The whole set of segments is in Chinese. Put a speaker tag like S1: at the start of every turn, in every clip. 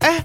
S1: 哎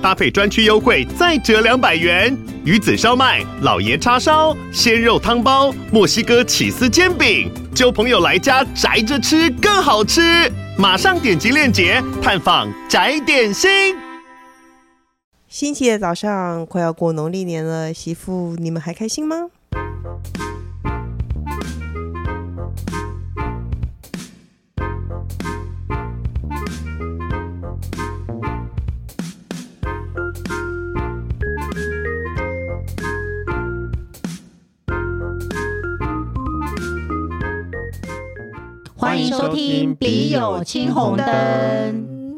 S1: 搭配专区优惠再折两百元。鱼子烧麦、老爷叉烧、鲜肉汤包、墨西哥起司煎饼，交朋友来家宅着吃更好吃。马上点击链接探访宅点心。
S2: 星期的早上，快要过农历年了，媳妇，你们还开心吗？
S3: 欢迎收听《笔友青红灯》。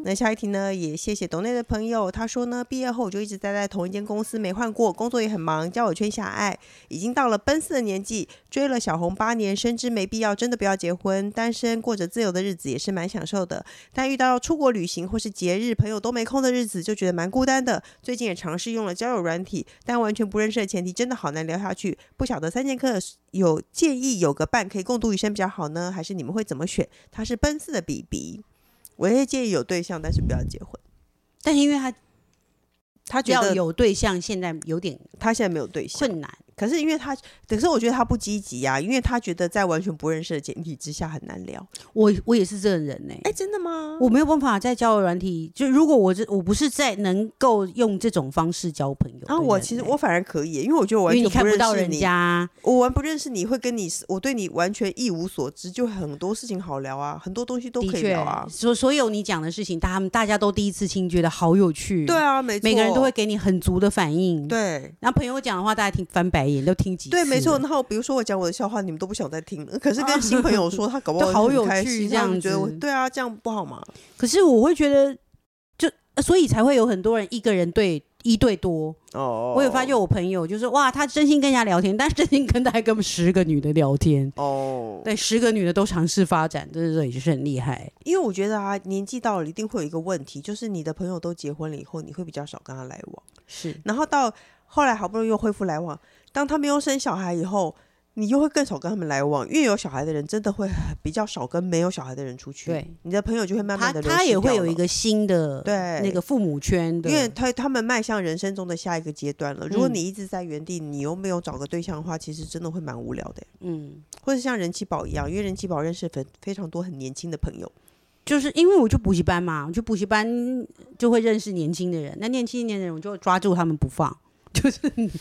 S2: 那下一题呢？也谢谢董内的朋友，他说呢，毕业后我就一直待在同一间公司，没换过，工作也很忙，交友圈狭隘，已经到了奔四的年纪，追了小红八年，深知没必要，真的不要结婚，单身过着自由的日子也是蛮享受的。但遇到出国旅行或是节日，朋友都没空的日子，就觉得蛮孤单的。最近也尝试用了交友软体，但完全不认识的前提，真的好难聊下去。不晓得三剑客有建议有个伴可以共度余生比较好呢，还是你们会怎么选？他是奔四的 B B。我也建议有对象，但是不要结婚。
S3: 但是因为他
S2: 他觉
S3: 要
S2: 得
S3: 有对象，现在有点
S2: 他现在没有对象，
S3: 困难。
S2: 可是因为他，可是我觉得他不积极啊，因为他觉得在完全不认识的前提之下很难聊。
S3: 我我也是这种人呢、欸
S2: 哎、真的吗？
S3: 我没有办法在交友软体，就如果我这我不是在能够用这种方式交朋友的人欸、
S2: 啊，我其实我反而可以耶，因为我觉得我完
S3: 因
S2: 全
S3: 为你看
S2: 认
S3: 不
S2: 识
S3: 到人家，
S2: 我完不认识你，会跟你，我对你完全一无所知，就很多事情好聊啊，很多东西都
S3: 的
S2: 可以
S3: 确
S2: 聊啊，。
S3: 所所有你讲的事情，大家大家都第一次听，觉得好有趣。
S2: 对，啊，没错，
S3: 每个人都会给你很足的反应。，
S2: 对。
S3: 然后朋友讲的话，大家听翻白眼，都听几次
S2: 对，
S3: 了。
S2: 没错。然后比如说我讲我的笑话，你们都不想再听了。可是 跟新朋友说，他搞不好
S3: 都好
S2: 很
S3: 有
S2: 开
S3: 趣
S2: 心
S3: 这
S2: 他们
S3: 样
S2: 觉得我
S3: 子
S2: 对啊，这样不好吗？
S3: 可是我会觉得，就呃所以才会有很多人一个人对一对多。
S2: 哦，
S3: 我有发现我朋友就是哇，他真心跟人家聊天，但是真心跟大概跟十个女的聊天，
S2: 哦，
S3: 对，十个女的都尝试发展，这这也是很厉害。
S2: 因为我觉得啊，年纪到了一定会有一个问题，就是你的朋友都结婚了以后，你会比较少跟他来往。
S3: 是
S2: 然后到后来好不容易又恢复来往，当他们又生小孩以后，你又会更少跟他们来往。越有小孩的人，真的会很比较少跟没有小孩的人出去。
S3: 对，
S2: 你的朋友就会慢
S3: 他
S2: 慢的
S3: 他也会有一个新的
S2: 对
S3: 那个父母圈的，
S2: 因为他他们迈向人生中的下一个阶段了。如果
S3: 嗯
S2: 你一直在原地，你又没有找个对象的话，其实真的会蛮无聊的。
S3: 嗯，
S2: 或者像人气宝一样，因为人气宝认识非非常多很年轻的朋友。
S3: 就是因为我去补习班嘛，我去补习班就会认识年轻的人，那年轻一点的人我就抓住他们不放，
S4: 抓住他们，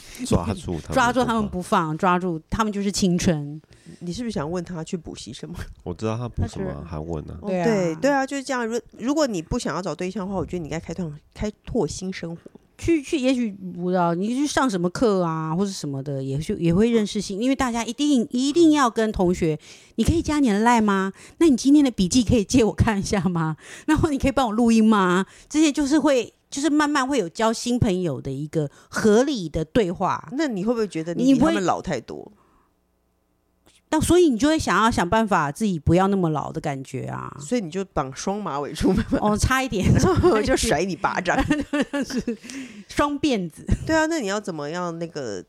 S3: 抓住他们。不放，抓住他们就是青春，
S2: 你是不是想问他去补习什么？
S4: 我知道他补什
S3: 他
S4: 么
S3: 是
S4: 韩文啊，
S2: 哦
S3: 对啊
S2: 对对啊，就是这样。如如果你不想要找对象的话，我觉得你应该开拓开拓新生活。
S3: 去去，也许不知道你去上什么课啊，或者什么的，也是也会认识新，因为大家一定一定要跟同学，你可以加你的赖吗？那你今天的笔记可以借我看一下吗？然后你可以帮我录音吗？这些就是会，就是慢慢会有交新朋友的一个合理的对话。
S2: 那你会不会觉得
S3: 你
S2: 你比他
S3: 会
S2: 们老太多？
S3: 那所以你就会想要想办法自己不要那么老的感觉啊。
S2: 所以你就绑双马尾出门，
S3: 哦，差一点，
S2: 我就甩你巴掌。
S3: 双辫子。
S2: 对啊，那你要怎么样那个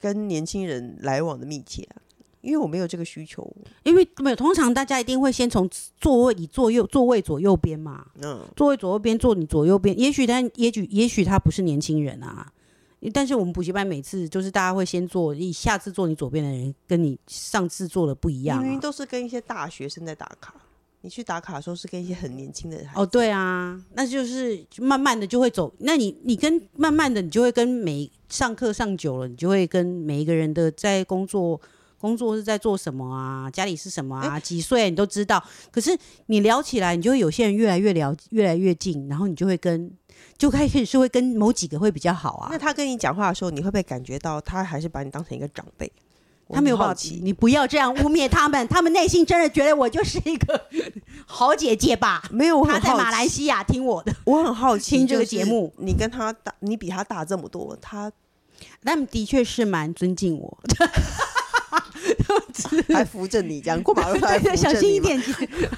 S2: 跟年轻人来往的密切啊？因为我没有这个需求。
S3: 因为没有，通常大家一定会先从座位你左右座位左右边嘛，
S2: 嗯，
S3: 坐位左右边，坐你左右边。也许他，也许，也许他不是年轻人啊。但是我们补习班每次就是大家会先坐，你下次坐你左边的人跟你上次坐的不一
S2: 你
S3: 样、
S2: 明明
S3: 啊。
S2: 都是跟一些大学生在打卡，你去打卡的时候是跟一些很年轻的人。
S3: 哦，对啊，那就是慢慢的就会走。那你你跟慢慢的你就会跟每上课上久了，你就会跟每一个人的在工作工作是在做什么啊，家里是什么啊，几岁啊你都知道。可是你聊起来，你就会有些人越来越聊越来越近，然后你就会跟就开始是会跟某几个会比较好啊。
S2: 那他跟你讲话的时候，你会不会感觉到他还是把你当成一个长辈？我
S3: 他没有
S2: 很好
S3: 办法
S2: 奇，
S3: 你不要这样污蔑他们，他们内心真的觉得我就是一个好姐姐吧。
S2: 没有，我
S3: 他
S2: 很
S3: 在
S2: 好
S3: 马来
S2: 奇
S3: 西亚听 我的，
S2: 我很好奇，
S3: 听这个节目，
S2: 你跟他大，你比他大这么多， 他
S3: 他们的确是蛮尊敬我。
S2: 还扶着你，这样过马路他还扶着你吗
S3: 对，小心一，点，。
S2: 姐姐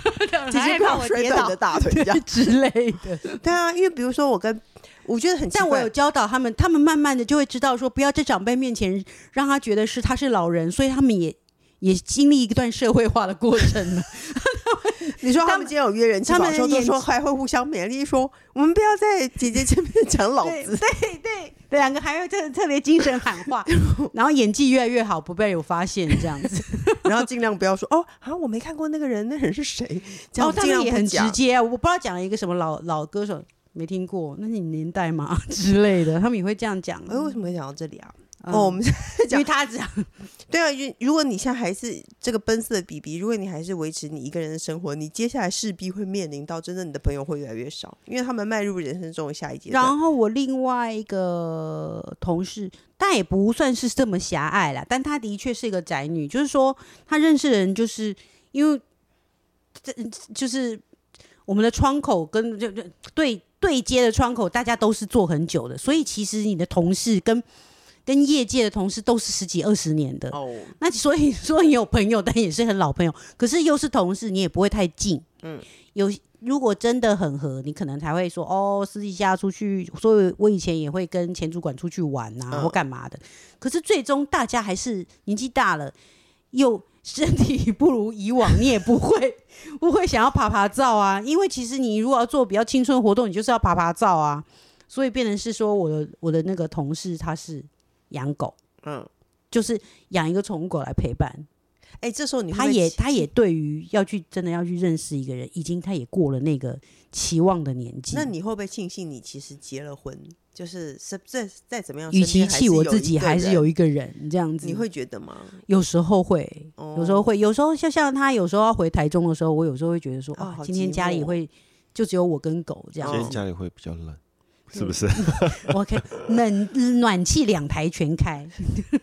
S5: 害
S2: 不
S5: 怕
S2: 要
S5: 我
S2: 摔
S5: 跌
S2: 断你
S5: 倒
S2: 的。大腿这样
S3: 之类的。
S2: 对啊，因为比如说我跟我觉得很奇
S3: 但我
S2: 怪
S3: 有教导他们，他们慢慢的就会知道说，不要在长辈面前让他觉得是他是老人，所以他们也也经历一段社会化的过程了。
S2: 你说他们
S3: 他们
S2: 今天有约人吃
S3: 他
S2: 饱
S3: 们
S2: 之后，都
S3: 演
S2: 说
S3: 技
S2: 还会互相勉励，说我们不要在姐姐前面讲 老
S3: 对
S2: 子。
S3: 对对，两个还会特特别精神喊 话，然后演技越来越好，不被有发现这样子。
S2: 然后尽量不要说哦，啊，我没看过那个人，那人是谁？这样
S3: 然后哦他
S2: 尽
S3: 们
S2: 量
S3: 也
S2: 不
S3: 很直
S2: 讲。
S3: 接啊，我不知道讲了一个什么老老歌手。没听过，那是你年代吗 之类的，他们也会这样讲。
S2: 哎，为什么会讲到这里啊？
S3: 嗯
S2: 哦，我们
S3: 因
S2: 讲
S3: 为他讲，
S2: 对啊，因为如果你现在还是这个奔四的 BB，如果你还是维持你一个人的生活，你接下来势必会面临到真正你的朋友会越来越少，因为他们迈入人生中的下一阶段。
S3: 然后我另外一个同事，但也不算是这么狭隘啦，但她的确是一个宅女，就是说她认识的人，就是因为这就是我们的窗口跟就就对对接的窗口，大家都是做很久的，所以其实你的同事跟跟业界的同事都是十几二十年的，
S2: 哦，
S3: 那所以 说你有朋友，但也是很老朋友，可是又是同事，你也不会太近。
S2: 嗯
S3: 嗯，有如果真的很合，你可能才会说哦，私底下出去。所以我以前也会跟前主管出去玩呐、
S2: 嗯
S3: 或干嘛的。可是最终大家还是年纪大了，又身体不如以往，你也不会不会想要爬爬照啊。因为其实你如果要做比较青春活动，你就是要爬爬照啊。所以变成是说，我的我的那个同事他是养狗，
S2: 嗯，
S3: 就是养一个宠物狗来陪伴。
S2: 哎，这时候你会不
S3: 他
S2: 会
S3: 也
S2: 期
S3: 他也对于要去真的要去认识一个人，已经他也过了那个期望的年纪。
S2: 那你会不会庆幸你其实结了婚？就是是再再怎么样，
S3: 与
S2: 身边
S3: 其
S2: 还
S3: 气
S2: 是
S3: 我
S2: 有
S3: 自
S2: 一
S3: 己，
S2: 个
S3: 还是
S2: 人
S3: 有一个人这样子。
S2: 你会哦觉得吗？
S3: 有时候会，有时候会，有时候就像他有时候要回台中的时候，我有时候会觉得说，
S2: 哦
S3: 啊
S2: 好，
S3: 今天
S2: 寂
S3: 家里
S2: 寞
S3: 会就只有我跟狗这样
S4: 今天
S3: 子。
S4: 家里会比较冷，是不是？
S3: 我 可以冷暖气两台全开，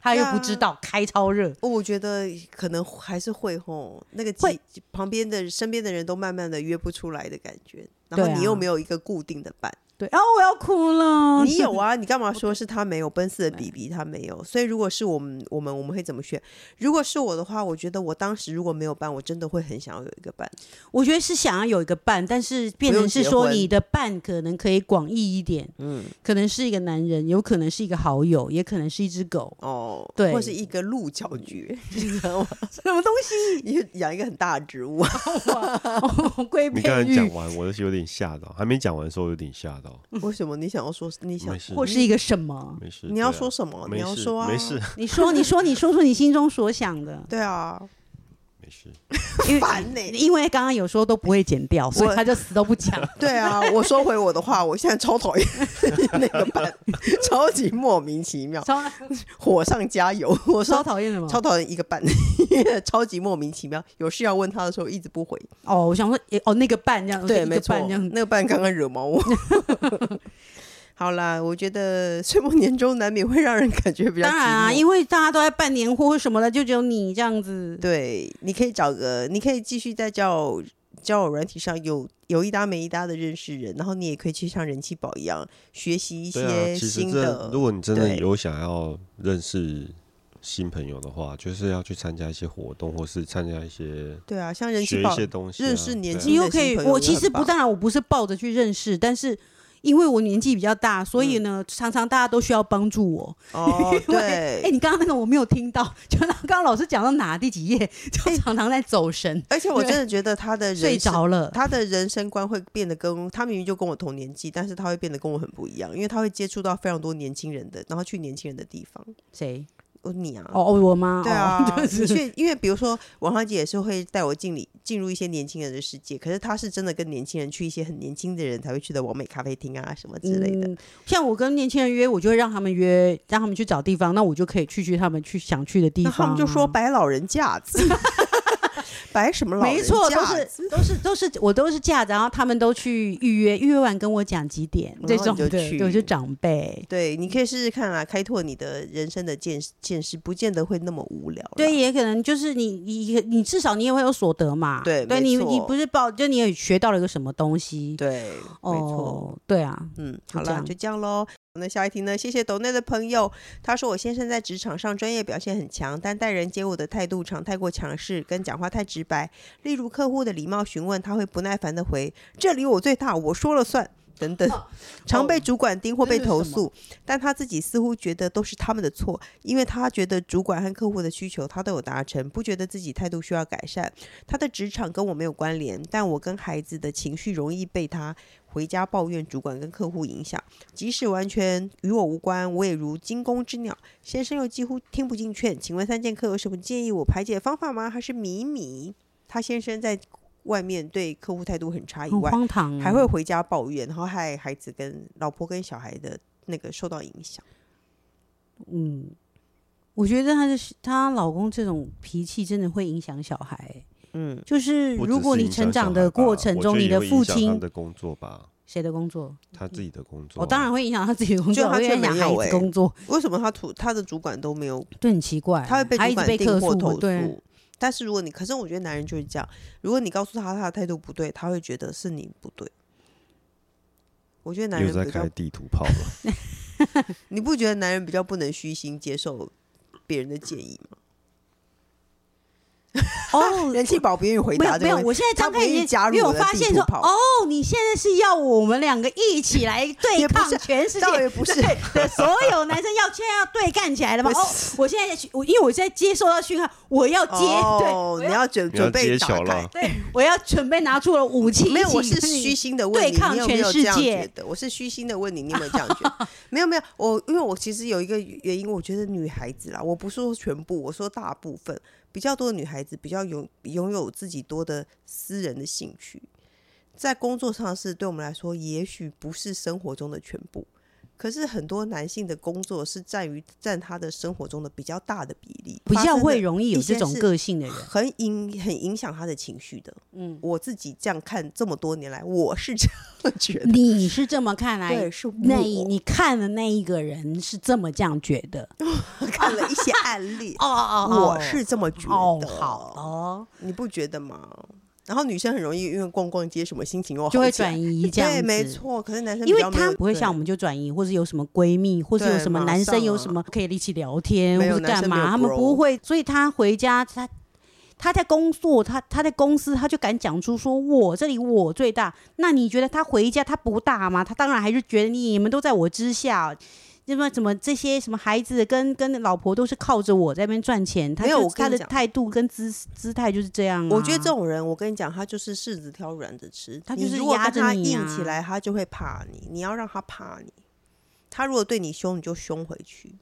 S3: 他又不知道开超热。
S2: 哦我觉得可能还是会吼，那个
S3: 会
S2: 几旁边的身边的人都慢慢的约不出来的感觉，然后
S3: 对啊
S2: 你又没有一个固定的伴。
S3: 对，啊，我要哭了。
S2: 你有啊？你干嘛说是他没有？奔四的 BB 他没有，所以如果是我们，我们我们会怎么选？如果是我的话，我觉得我当时如果没有伴，我真的会很想要有一个伴。
S3: 我觉得是想要有一个伴，但是变成是
S2: 不用结
S3: 说
S2: 婚
S3: 你的伴可能可以广义一点，嗯，可能是一个男人，有可能是一个好友，也可能是一只 狗，
S2: 哦，
S3: 对
S2: 或是一个鹿角蕨， 你知道吗？什么东西？你养一个很大的植物啊，
S3: 龟
S4: 你刚
S3: 背
S4: 才讲
S3: 玉，
S4: 完，我是有点吓到，还没讲完的时候有点吓到。
S2: 为什么？你想要说，你想
S4: 没，事，
S3: 或是一个什么？
S4: 没事。
S2: 你要
S4: 对啊
S2: 说什么？
S4: 没
S2: 你要
S4: 事
S2: 说啊，
S4: 没事，
S3: 你说，你说，你说出你心中所 想的，
S2: 对啊，
S4: 没事。
S3: 因为
S2: 烦呢、
S3: 因为刚刚有说都不会剪掉，所
S2: 我
S3: 以他就死都不 讲。
S2: 对啊，我收回我的话，我现在超讨厌 那个伴，超级莫名其妙，
S3: 超
S2: 火上加油。我
S3: 超
S2: 说
S3: 讨厌什么？
S2: 超讨厌一个伴， 超级莫名其妙。有事要问他的时候一直不回，
S3: 哦，我想说，诶哦，那个伴这样，一个
S2: 没错，
S3: 伴这样
S2: 那个伴刚刚惹毛我。 好啦，我觉得岁末年终难免会让人感觉比较
S3: 当然啊，
S2: 寂寞
S3: 因为大家都在办年货或什么的，就只有你这样子。
S2: 对，你可以找个，你可以继续在交友交友软体上有有一搭没一搭的认识人，然后你也可以去像人气宝一样学习一
S4: 对啊，
S2: 些
S4: 其
S2: 新
S4: 实
S2: 的。
S4: 这如果你真的
S2: 对
S4: 有想要认识新朋友的话，就是要去参加一些活动，或是参加一些
S2: 对啊，像人气
S4: 学
S2: 宝
S4: 一些东西啊，
S2: 认识年
S4: 对啊
S2: 纪
S3: 你又可
S2: 新
S3: 以，
S2: 朋友
S3: 我
S2: 就
S3: 其
S2: 很
S3: 实不，
S2: 棒
S3: 当然我不是抱着去认识，但是因为我年纪比较大，所
S2: 嗯
S3: 以呢，常常大家都需要帮助我。
S2: 哦，
S3: 因为
S2: 对
S3: 哎、，你刚刚那个我没有听到，就刚刚老师讲到哪第几页，
S2: 哎
S3: 就常常在走神，
S2: 而且我真的觉得他的
S3: 睡
S2: 人生，
S3: 着了。
S2: 他的人生观会变得跟他明明就跟我同年纪，但是他会变得跟我很不一样，因为他会接触到非常多年轻人的，然后去年轻人的地方。
S3: 谁？
S2: 哦，你啊，
S3: 哦，我妈。
S2: 对啊
S3: 哦、，就
S2: 的
S3: 是。
S2: 确，因为比如说王浩姐也是会带我进里进入一些年轻人的世界，可是她是真的跟年轻人去一些很年轻的人才会去的完美咖啡厅啊什么之类的。
S3: 嗯，像我跟年轻人约，我就会让他们约，让他们去找地方，那我就可以去去他们去想去的地
S2: 那
S3: 方啊、
S2: 他们就说摆老人架子， 摆什么老人
S3: 没错，都
S2: 架子
S3: 是都是都是我都是架着，然后他们都去预约，预约完跟我讲几点
S2: 然后
S3: 这
S2: 你
S3: 种
S2: 就
S3: 的，
S2: 去
S3: 对我就长辈。
S2: 对，你可以试试看啊，开拓你的人生的见识，见识不见得会那么无聊啦。
S3: 对，也可能就是你你你至少你也会有所得嘛。
S2: 对
S3: 对
S2: 没
S3: 你
S2: 错
S3: 你不是报，就你也学到了一个什么东西。
S2: 对，没错，
S3: 哦，对啊，
S2: 嗯，
S3: 就
S2: 好
S3: 这
S2: 了，
S3: 样
S2: 就这样喽。那下一题呢？谢谢斗内的朋友，他说我先生在职场上专业表现很强，但待人接物的态度常太过强势，跟讲话太直白。例如客户的礼貌询问，他会不耐烦的回：“这里我最大，我说了算。”等等，常被主管盯或被投
S3: 哦这是什
S2: 诉，但他自己似乎觉得都是他们的错，因为他觉得主管和客户的需求他都有达成，不觉得自己态度需要改善。他的职场跟我没有关联，但我跟孩子的情绪容易被他回家抱怨主管跟客户影响。即使完全与我无关，我也如惊弓之鸟。先生又几乎听不进劝，请问三剑客有什么建议我排解方法吗？还是米米？他先生在外面对客户态度很差以
S3: 很
S2: 外，
S3: 荒唐欸，
S2: 还会回家抱怨，然后害孩子跟老婆跟小孩的那个受到影响。
S3: 嗯，我觉得她的她老公这种脾气真的会影响小孩欸、
S2: 嗯，
S3: 就是
S4: 不只
S3: 如果
S4: 是
S3: 你
S4: 影响
S3: 成
S4: 小
S3: 长
S4: 孩
S3: 的
S4: 吧
S3: 过程
S4: 我
S3: 中，
S4: 觉得
S3: 你
S4: 也
S3: 的
S4: 会
S3: 父
S4: 影响他
S3: 亲
S4: 的工作吧，
S3: 谁的工作，
S4: 他
S2: 嗯
S4: 自己的工作啊，
S2: 哦
S3: 我、当然会影响他自己的工
S2: 就
S3: 作，
S2: 他
S3: 我也
S2: 却
S3: 影响
S2: 没
S3: 孩
S2: 有
S3: 子
S2: 欸
S3: 工作，
S2: 为什么他主他的主管都没有
S3: 对，很奇怪，
S2: 他会被主
S3: 哎他一直
S2: 管
S3: 被
S2: 定
S3: 客
S2: 或投
S3: 诉，对，
S2: 诉。但是如果你，可是我觉得男人就是这样，如果你告诉他他的态度不对，他会觉得是你不对。我觉得男
S4: 又
S2: 人
S4: 在
S2: 比较
S4: 开，地图炮了。
S2: 你不觉得男人比较不能虚心接受别人的建议吗？
S3: 哦，
S2: 人气宝不愿意回
S3: 没
S2: 答
S3: 有
S2: 这个
S3: 没有，
S2: 问题，
S3: 我现在
S2: 他
S3: 张
S2: 不
S3: 开
S2: 愿意
S3: 眼
S2: 加
S3: 睛，
S2: 入
S3: 因为我
S2: 我的
S3: 发
S2: 地
S3: 现
S2: 图
S3: 说，
S2: 炮
S3: 哦，你现在是要我们两个一 起来对
S2: 也不
S3: 抗
S2: 是
S3: 全世界，
S2: 倒也不是
S3: 对对，所有男生要现在要对干起来了吗？
S2: 不
S3: 哦，我现在我因为我现在接受到讯号，我要接，对，
S2: 哦，
S3: 我
S2: 你
S3: 要
S2: 要准
S4: 你要
S2: 准备
S4: 揭
S2: 打
S4: 晓
S2: 开
S4: 了。
S3: 对，我要准备拿出了武器，
S2: 没有，
S3: 一起
S2: 我是
S3: 跟你
S2: 虚心的问你，
S3: 对抗
S2: 你有没有这
S3: 全世
S2: 样
S3: 界
S2: 觉得？我是虚心的问你，你有没有这样觉 得？没有没有，我因为我其实有一个原因，我觉得女孩子啦，我不是说全部，我说大部分比较多的女孩子比较拥拥有自己多的私人的兴趣，在工作上是对我们来说，也许不是生活中的全部。可是很多男性的工作是占于占他的生活中的比较大的比例，
S3: 比
S2: 发
S3: 较
S2: 生的
S3: 会容易有
S2: 一些
S3: 这种
S2: 是
S3: 个性的 人，
S2: 很影很影响他的情绪的。嗯，我自己这样看这么多年来，我是这样觉得。
S3: 你是这么看来，
S2: 对，是我
S3: 那一你看的那一个人是这么这样觉得，，
S2: 看了一些案例
S3: 哦哦
S2: 我是这么觉得。
S3: 哦好哦，
S2: 你不觉得吗？然后女生很容易因为逛逛街什么心情又好
S3: 就会
S2: 起来
S3: 转移这样
S2: 对，
S3: 子，
S2: 没。错。可是男生
S3: 因为
S2: 比较没
S3: 他
S2: 有
S3: 不会像我，们就转移，或是有什么闺蜜，或是有
S2: 对
S3: 什么
S2: 马
S3: 男生
S2: 上
S3: 有
S2: 啊
S3: 什么可以一起聊天，
S2: 没有
S3: 或是
S2: 男
S3: 干
S2: 生没有
S3: 嘛，他们
S2: bro
S3: 不会，所以他回家他。他在工作，他他在公司，他就敢讲出说我这里我最大。那你觉得他回家他不大吗？他当然还是觉得你们都在我之下，那么怎么这些什么孩子跟跟老婆都是靠着我在那边赚钱，他
S2: 没有
S3: 就
S2: 我跟
S3: 他
S2: 你
S3: 的
S2: 讲
S3: 态度跟姿姿态就是这样、啊。
S2: 我觉得这种人，我跟你讲，他就是柿子挑软的吃。
S3: 他就是
S2: 如果
S3: 压
S2: 跟
S3: 着
S2: 他
S3: 你
S2: 硬
S3: 啊
S2: 起来，他就会怕你。你要让他怕你。他如果对你凶，你就凶回去。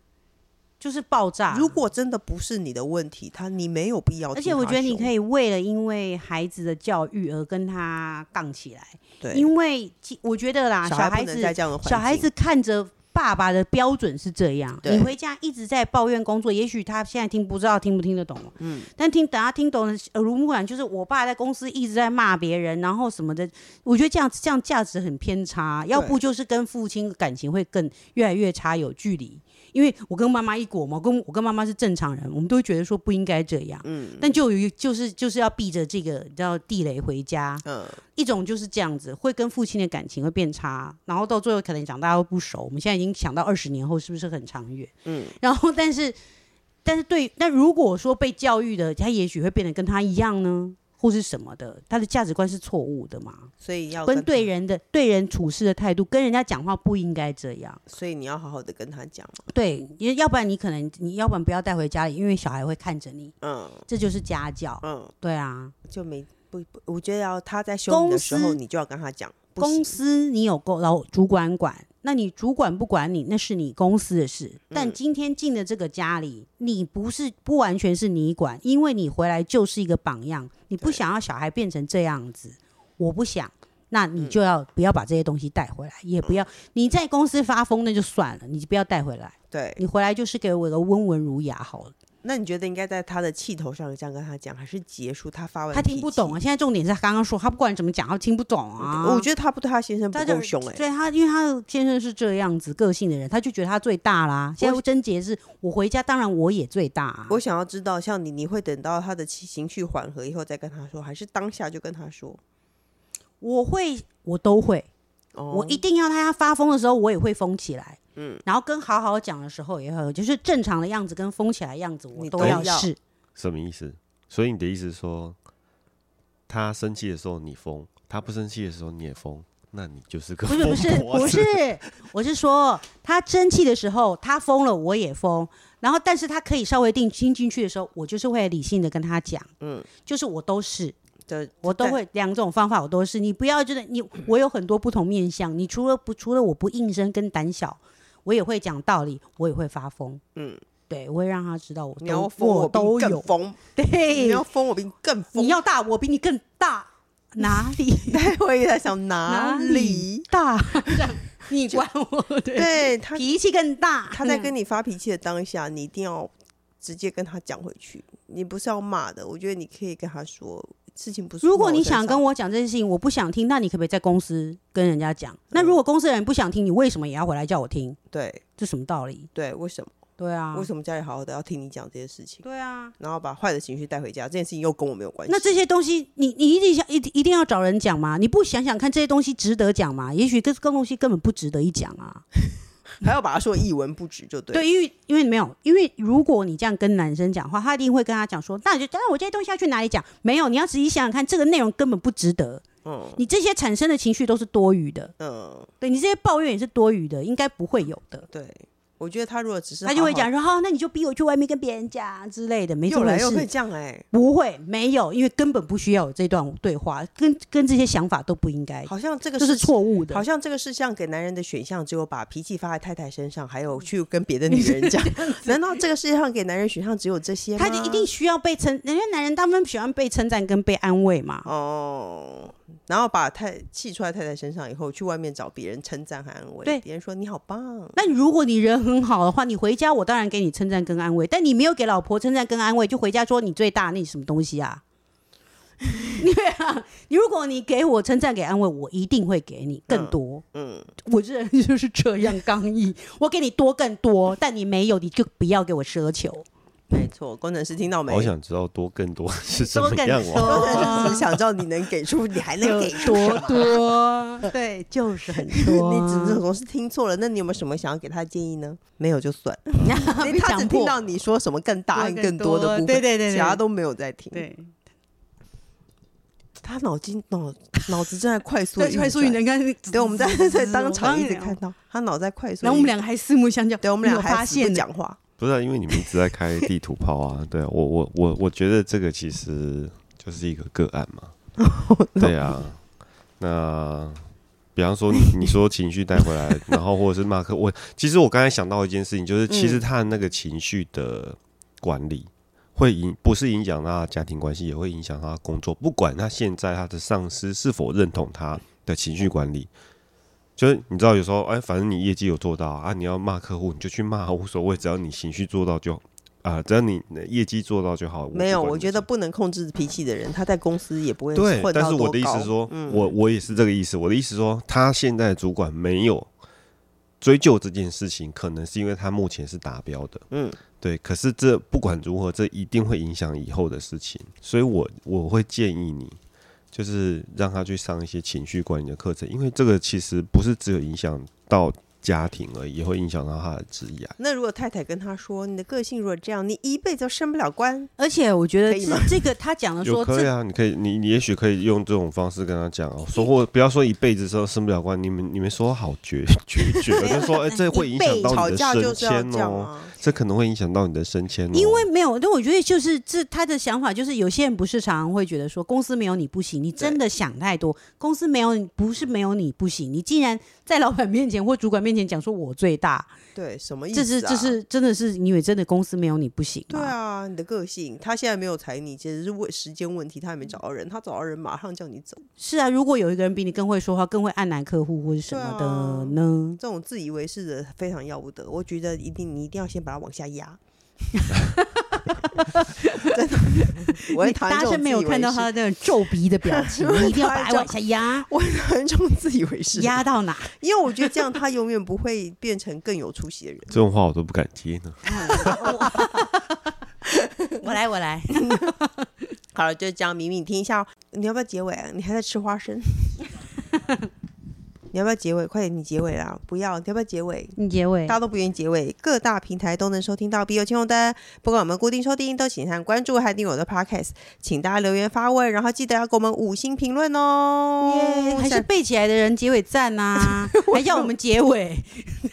S3: 就是爆炸。
S2: 如果真的不是你的问题，他你没有必要。
S3: 而且我觉得你可
S2: 以，
S3: 以为了因为孩子的教育而跟他杠起来，
S2: 对，
S3: 因为其我觉得啦，小
S2: 小
S3: 孩
S2: 不能在
S3: 子
S2: 这样的环境，
S3: 小孩子看着。爸爸的标准是这样，
S2: 对
S3: 你回家一直在抱怨工作，也许他现在听不知道听不听得懂，嗯，但听等他听懂了，耳濡目染，就是我爸在公司一直在骂别人，然后什么的，我觉得这样这样价值很偏差，啊要不就是跟父亲感情会更越来越差，有距离。因为我跟妈妈一国嘛，我跟我跟妈妈是正常人，我们都会觉得说不应该这样，嗯，但就有一就是就是要避着这个叫地雷回家，
S2: 嗯，
S3: 一种就是这样子，会跟父亲的感情会变差，然后到最后可能长大会不熟。我们现在已经想到二十年后是不是很长远？嗯，然后但是 但是对，那如果说被教育的，他也许会变得跟他一样呢，或是什么的，他的价值观是错误的嘛？
S2: 所以要
S3: 跟对
S2: 他，
S3: 人的对人处事的态度，跟人家讲话不应该这样。
S2: 所以你要好好的跟他讲嘛，
S3: 对，因为要不然你可能你要不然不要带回家里，因为小孩会看着你，
S2: 嗯
S3: 这就是家教。
S2: 嗯，
S3: 对啊，
S2: 就没不不，我觉得要他在凶你的时
S3: 公
S2: 候，
S3: 司
S2: 你就要跟他讲，不
S3: 公
S2: 行
S3: 司你有公老主管管，那你主管不管你，那是你公司的事。
S2: 嗯
S3: 但今天进了这个家里，你不是不完全是你管，因为你回来就是一个榜样，你不
S2: 对
S3: 想要小孩变成这样子，我不想。那你
S2: 嗯
S3: 就要不要把这些东西带回来，也不要你在公司发疯那就算了，你不要带回来，
S2: 对。
S3: 你回来就是给我一个温文儒雅好了。
S2: 那你觉得应该在他的气头上这样跟他讲，还是结束他发完？
S3: 他听不懂啊，。现在重点是他刚刚说他不管怎么讲，他听不懂啊。
S2: 我觉得他不对他先生不
S3: 他
S2: 够
S3: 就
S2: 凶哎、
S3: 对他，因为他的先生是这样子个性的人，他就觉得他最大啦。现在症结是我回家，当然我也最大、啊。
S2: 哎我想要知道，像你，你会等到他的情情绪缓和以后再跟他说，还是当下就跟他说？
S3: 我会，我都会，
S2: 哦，
S3: 我一定要他发疯的时候，我也会疯起来。嗯，然后跟好好讲的时候也会有，就是正常的样子跟疯起来的样子我
S2: 你
S3: 都
S2: 都
S3: 要
S2: 要
S3: 试，
S4: 什么意思？所以你的意思是说，他生气的时候你疯，他不生气的时候你也疯，那你就是个
S3: 不是不是
S4: 疯婆
S3: 不
S4: 子
S3: 是， 我是说他生气的时候他疯了我也疯，然后但是他可以稍微定心进去的时候，我就是会理性的跟他讲，嗯，就是我都是。
S2: 的
S3: 我都
S2: 但
S3: 会两种方法，我都是。你不要觉得你，我有很多不同面向。你除了不除了我不应声跟胆小，我也会讲道理，我也会发疯。
S2: 嗯，
S3: 对，我会让他知道我
S2: 你要
S3: 都
S2: 疯我比
S3: 都
S2: 你
S3: 有
S2: 更。疯，
S3: 对，
S2: 你要疯我比你更疯。
S3: 你要大，我比你更大，哪里
S2: 我也在想哪里？
S3: 大？这样你管我？对，
S2: 对他，
S3: 脾气更大。
S2: 他在
S3: 嗯
S2: 跟你发脾气的当下，你一定要直接跟他讲回去。你不是要骂的，我觉得你可以跟他说事情不是。
S3: 如果你想跟
S2: 我
S3: 我讲这件事情，我不想听，那你可不可以在公司跟人家讲？
S2: 嗯
S3: 那如果公司的人不想听，你为什么也要回来叫我听？
S2: 身上对
S3: 这什么道理？
S2: 对，为什么、
S3: 对啊，
S2: 为
S3: 么？
S2: 什么家里好好的要听你讲这些事情，
S3: 对啊，
S2: 然后把坏的情绪带回家，这件事情又跟我没有关系。
S3: 那这些东西，你你一定想一定一定要找人讲吗？你不想想看这些东西值得讲吗？也许跟跟东西根本不值得一讲啊。
S2: 还要把它说一文不值，就对。
S3: 对，因为因为没有，因为如果你这样跟男生讲话，他一定会跟他讲说，那你就那我这些东西要去哪里讲？没有，你要仔细想想看，这个内容根本不值得。
S2: 嗯
S3: 你这些产生的情绪都是多余的，
S2: 嗯，
S3: 对你这些抱怨也是多余的，应该不会有的。
S2: 对。我觉得他如果只是
S3: 他就会
S2: 好好
S3: 讲说，啊好，那你就逼我去外面跟别人讲之类的，没这
S2: 又
S3: 么
S2: 来
S3: 回
S2: 又会
S3: 事。
S2: 这样哎、
S3: 不会，没有，因为根本不需要有这段对话，跟跟这些想法都不应该，
S2: 好像这个
S3: 这是
S2: 世
S3: 错误的
S2: 好。像这个世上给男人的选项只有把脾气发在太太身上，还有去跟别的女人讲。难道这个世界上给男人选项只有这些吗？
S3: 他就一定需要被称，人家男人大部分喜欢被称赞跟被安慰嘛。
S2: 哦，然后把太气出在太太身上以后，去外面找别人称赞和安慰。
S3: 对
S2: 别人说你好棒，
S3: 那如果你人很好的话，你回家我当然给你称赞跟安慰，但你没有给老婆称赞跟安慰，就回家说你最大，那你什么东西啊？ 对啊，如果你给我称赞给安慰，我一定会给你更多。
S2: 嗯，
S3: 我这人就是这样刚毅，我给你多更多，但你没有，你就不要给我奢求。
S2: 没错，工程师听到没？
S4: 好
S2: 工
S4: 想知道多更多是怎
S3: 多
S4: 么
S3: 更
S4: 样哦。
S2: 程师
S3: 多
S2: 只，想知道你能给出，你还能
S3: 有
S2: 给 出什
S3: 多
S2: 么？
S3: 多，对，就是很 多。
S2: 你只 是总是听错了，那你有没有什么想要给他的建议呢？没有就算，因为
S3: 被
S2: 他只
S3: 强
S2: 听
S3: 迫
S2: 到你说什么更大、
S3: 多更
S2: 更多的部分，
S3: 多对对对对
S2: 其他都没有在听。
S3: 对。
S2: 他脑筋脑脑子正在快速
S3: 对，快速运
S2: 转
S3: 转，刚才
S2: 对，我们在 在当场一直，
S3: 我
S2: 看
S3: 刚
S2: 到他脑在快速运转，
S3: 然后我们两个还四目相交，
S2: 对我们
S3: 你
S2: 俩
S3: 有
S2: 还
S3: 发
S2: 死不
S3: 现
S2: 讲话，
S4: 不是、啊，因为你们一直在开地图炮啊。对啊，我我我我觉得这个其实就是一个个案嘛。对啊，那比方说你你说情绪带回来，然后或者是马克， 我其实我刚才想到一件事情，就是其实他的那个情绪的管理。会影不是影响他的家庭关系，也会影响他的工作。不管他现在他的上司是否认同他的情绪管理，就是你知道，有时候哎，反正你业绩有做到啊，你要骂客户你就去骂，无所谓，只要你情绪做到就啊、只要你呃业绩做到就好。
S2: 没有，
S4: 不管
S2: 我
S4: 你
S2: 觉得
S4: 是
S2: 不能控制脾气的人，他在公司也不会
S4: 对，
S2: 混
S4: 但
S2: 到
S4: 是
S2: 多
S4: 我的意思
S2: 高
S4: 说，
S2: 嗯
S4: 我我也是这个意思。我的意思说，他现在的主管没有追究这件事情，可能是因为他目前是达标的，
S2: 嗯，
S4: 对。可是这不管如何，这一定会影响以后的事情，所以我我会建议你。就是让他去上一些情绪管理的课程，因为这个其实不是只有影响到家庭而已，也会影响到他的职业。
S2: 那如果太太跟他说，你的个性如果这样，你一辈子都升不了官，
S3: 而且我觉得
S2: 可以
S3: 这
S2: 吗
S3: 这个他讲的
S4: 有
S3: 说
S4: 可以
S3: 这。
S4: 啊，你可以，你你也许可以用这种方式跟他讲哦，说或不要说一辈子都升不了官，你们你们说好决决 绝，我就说哎、这会影响到
S2: 吵
S4: 你
S2: 架
S4: 的
S2: 就
S4: 升
S2: 是要
S4: 迁
S2: 这样
S4: 哦，
S2: 啊。
S4: 这可能会影响到你的升迁哦，
S3: 因
S2: 嗯
S3: 为没有，但我觉得就是这他的想法就是，有些人不是常常会觉得说，公司没有你不行，你真的想太多。公司没有你不是没有你不行，你竟然在老板面前或主管面前讲说我最大，
S2: 对，什么意思、
S3: 这
S2: 啊？
S3: 是这是真的是因为真的公司没有你不行吗？
S2: 对啊，你的个性，他现在没有裁你，其实是为时间问题，他还没找到人，他找到人马上叫你走。
S3: 是啊，如果有一个人比你更会说话，更会按耐客户或者什么
S2: 啊
S3: 的呢？
S2: 这种自以为是的非常要不得，我觉得一定你一定要先把它往下压。真的，我很讨厌
S3: 大
S2: 这
S3: 家
S2: 种
S3: 是
S2: 自
S3: 没有
S2: 以为
S3: 看到
S2: 是
S3: 他那种皱鼻的表 情，你一定要把它往下压，
S2: 我很讨厌这种自以为是，
S3: 压到哪？
S2: 因为我觉得这样他永远不会变成更有出息的人。
S4: 这种话我都不敢接呢。
S3: 我来，我来。
S2: 好 了，就这样，敏敏听一下哦，你要不要结尾啊？你还在吃花生？你要不要结尾？快点，你结尾啦！不要，你要不要结尾？
S3: 你结尾
S2: 大家都不愿意结尾，各大平台都能收听到《B 有青红灯》，不管我们固定收听，都请按关注还订阅我的 Podcast，请大家留言发问，然后记得要给我们五星评论哦。
S3: 还是背起来的人结尾 赞呐、还要我们结尾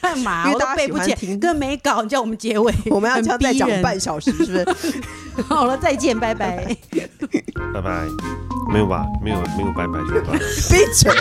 S3: 干嘛？
S2: 因
S3: 我
S2: 为
S3: 都
S2: 大家
S3: 背
S2: 喜
S3: 不
S2: 欢
S3: 起来，
S2: 听
S3: 根本没搞，你叫我们结尾，
S2: 我们要
S3: 很
S2: 这样再
S3: 逼
S2: 讲
S3: 人
S2: 半小时，是不 是？
S3: 好了，再见，拜拜。
S4: 拜拜，没有吧？没有没有拜拜，就拜拜。
S2: 闭嘴。